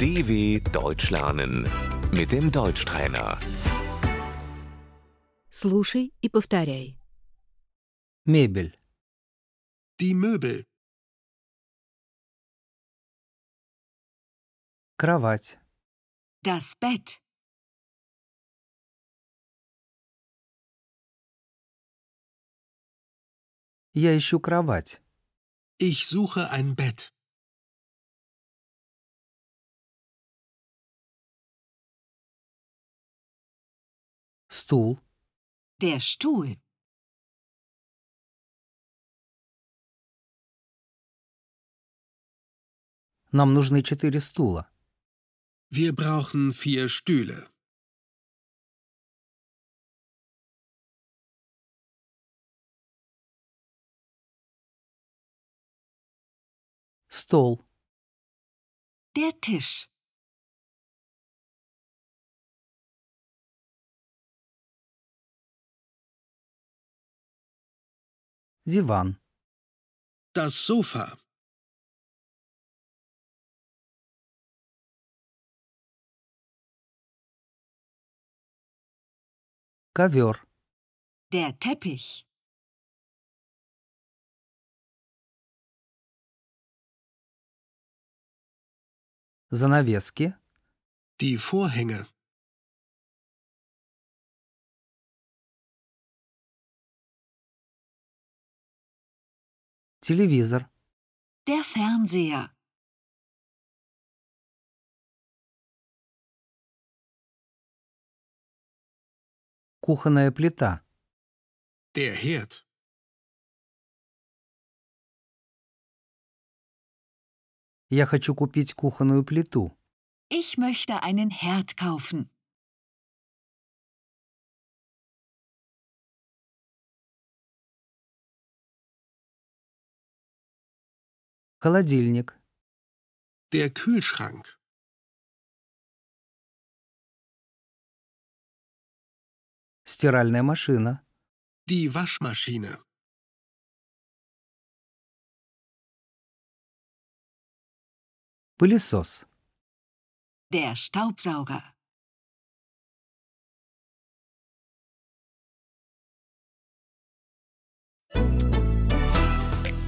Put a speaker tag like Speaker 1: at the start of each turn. Speaker 1: DW Deutsch lernen mit dem Deutschtrainer.
Speaker 2: Слушай и повторяй.
Speaker 3: Мебель,
Speaker 4: Die Möbel,
Speaker 3: кровать,
Speaker 2: Das Bett.
Speaker 3: я ищу кровать,
Speaker 4: ich suche ein Bett.
Speaker 3: стул,
Speaker 2: Der Stuhl.
Speaker 3: нам нужны четыре стула,
Speaker 4: Wir brauchen vier Stühle.
Speaker 3: стол,
Speaker 2: Der Tisch.
Speaker 3: диван,
Speaker 4: Das Sofa,
Speaker 3: ковер,
Speaker 2: Der Teppich.
Speaker 3: занавески,
Speaker 4: die Vorhänge,
Speaker 3: телевизор,
Speaker 2: Der Fernseher.
Speaker 3: кухонная плита,
Speaker 4: der Herd,
Speaker 3: я хочу купить кухонную плиту,
Speaker 2: Ich möchte einen Herd kaufen.
Speaker 3: холодильник,
Speaker 4: der Kühlschrank,
Speaker 3: стиральная машина,
Speaker 4: die Waschmaschine,
Speaker 3: пылесос,
Speaker 2: Der Staubsauger.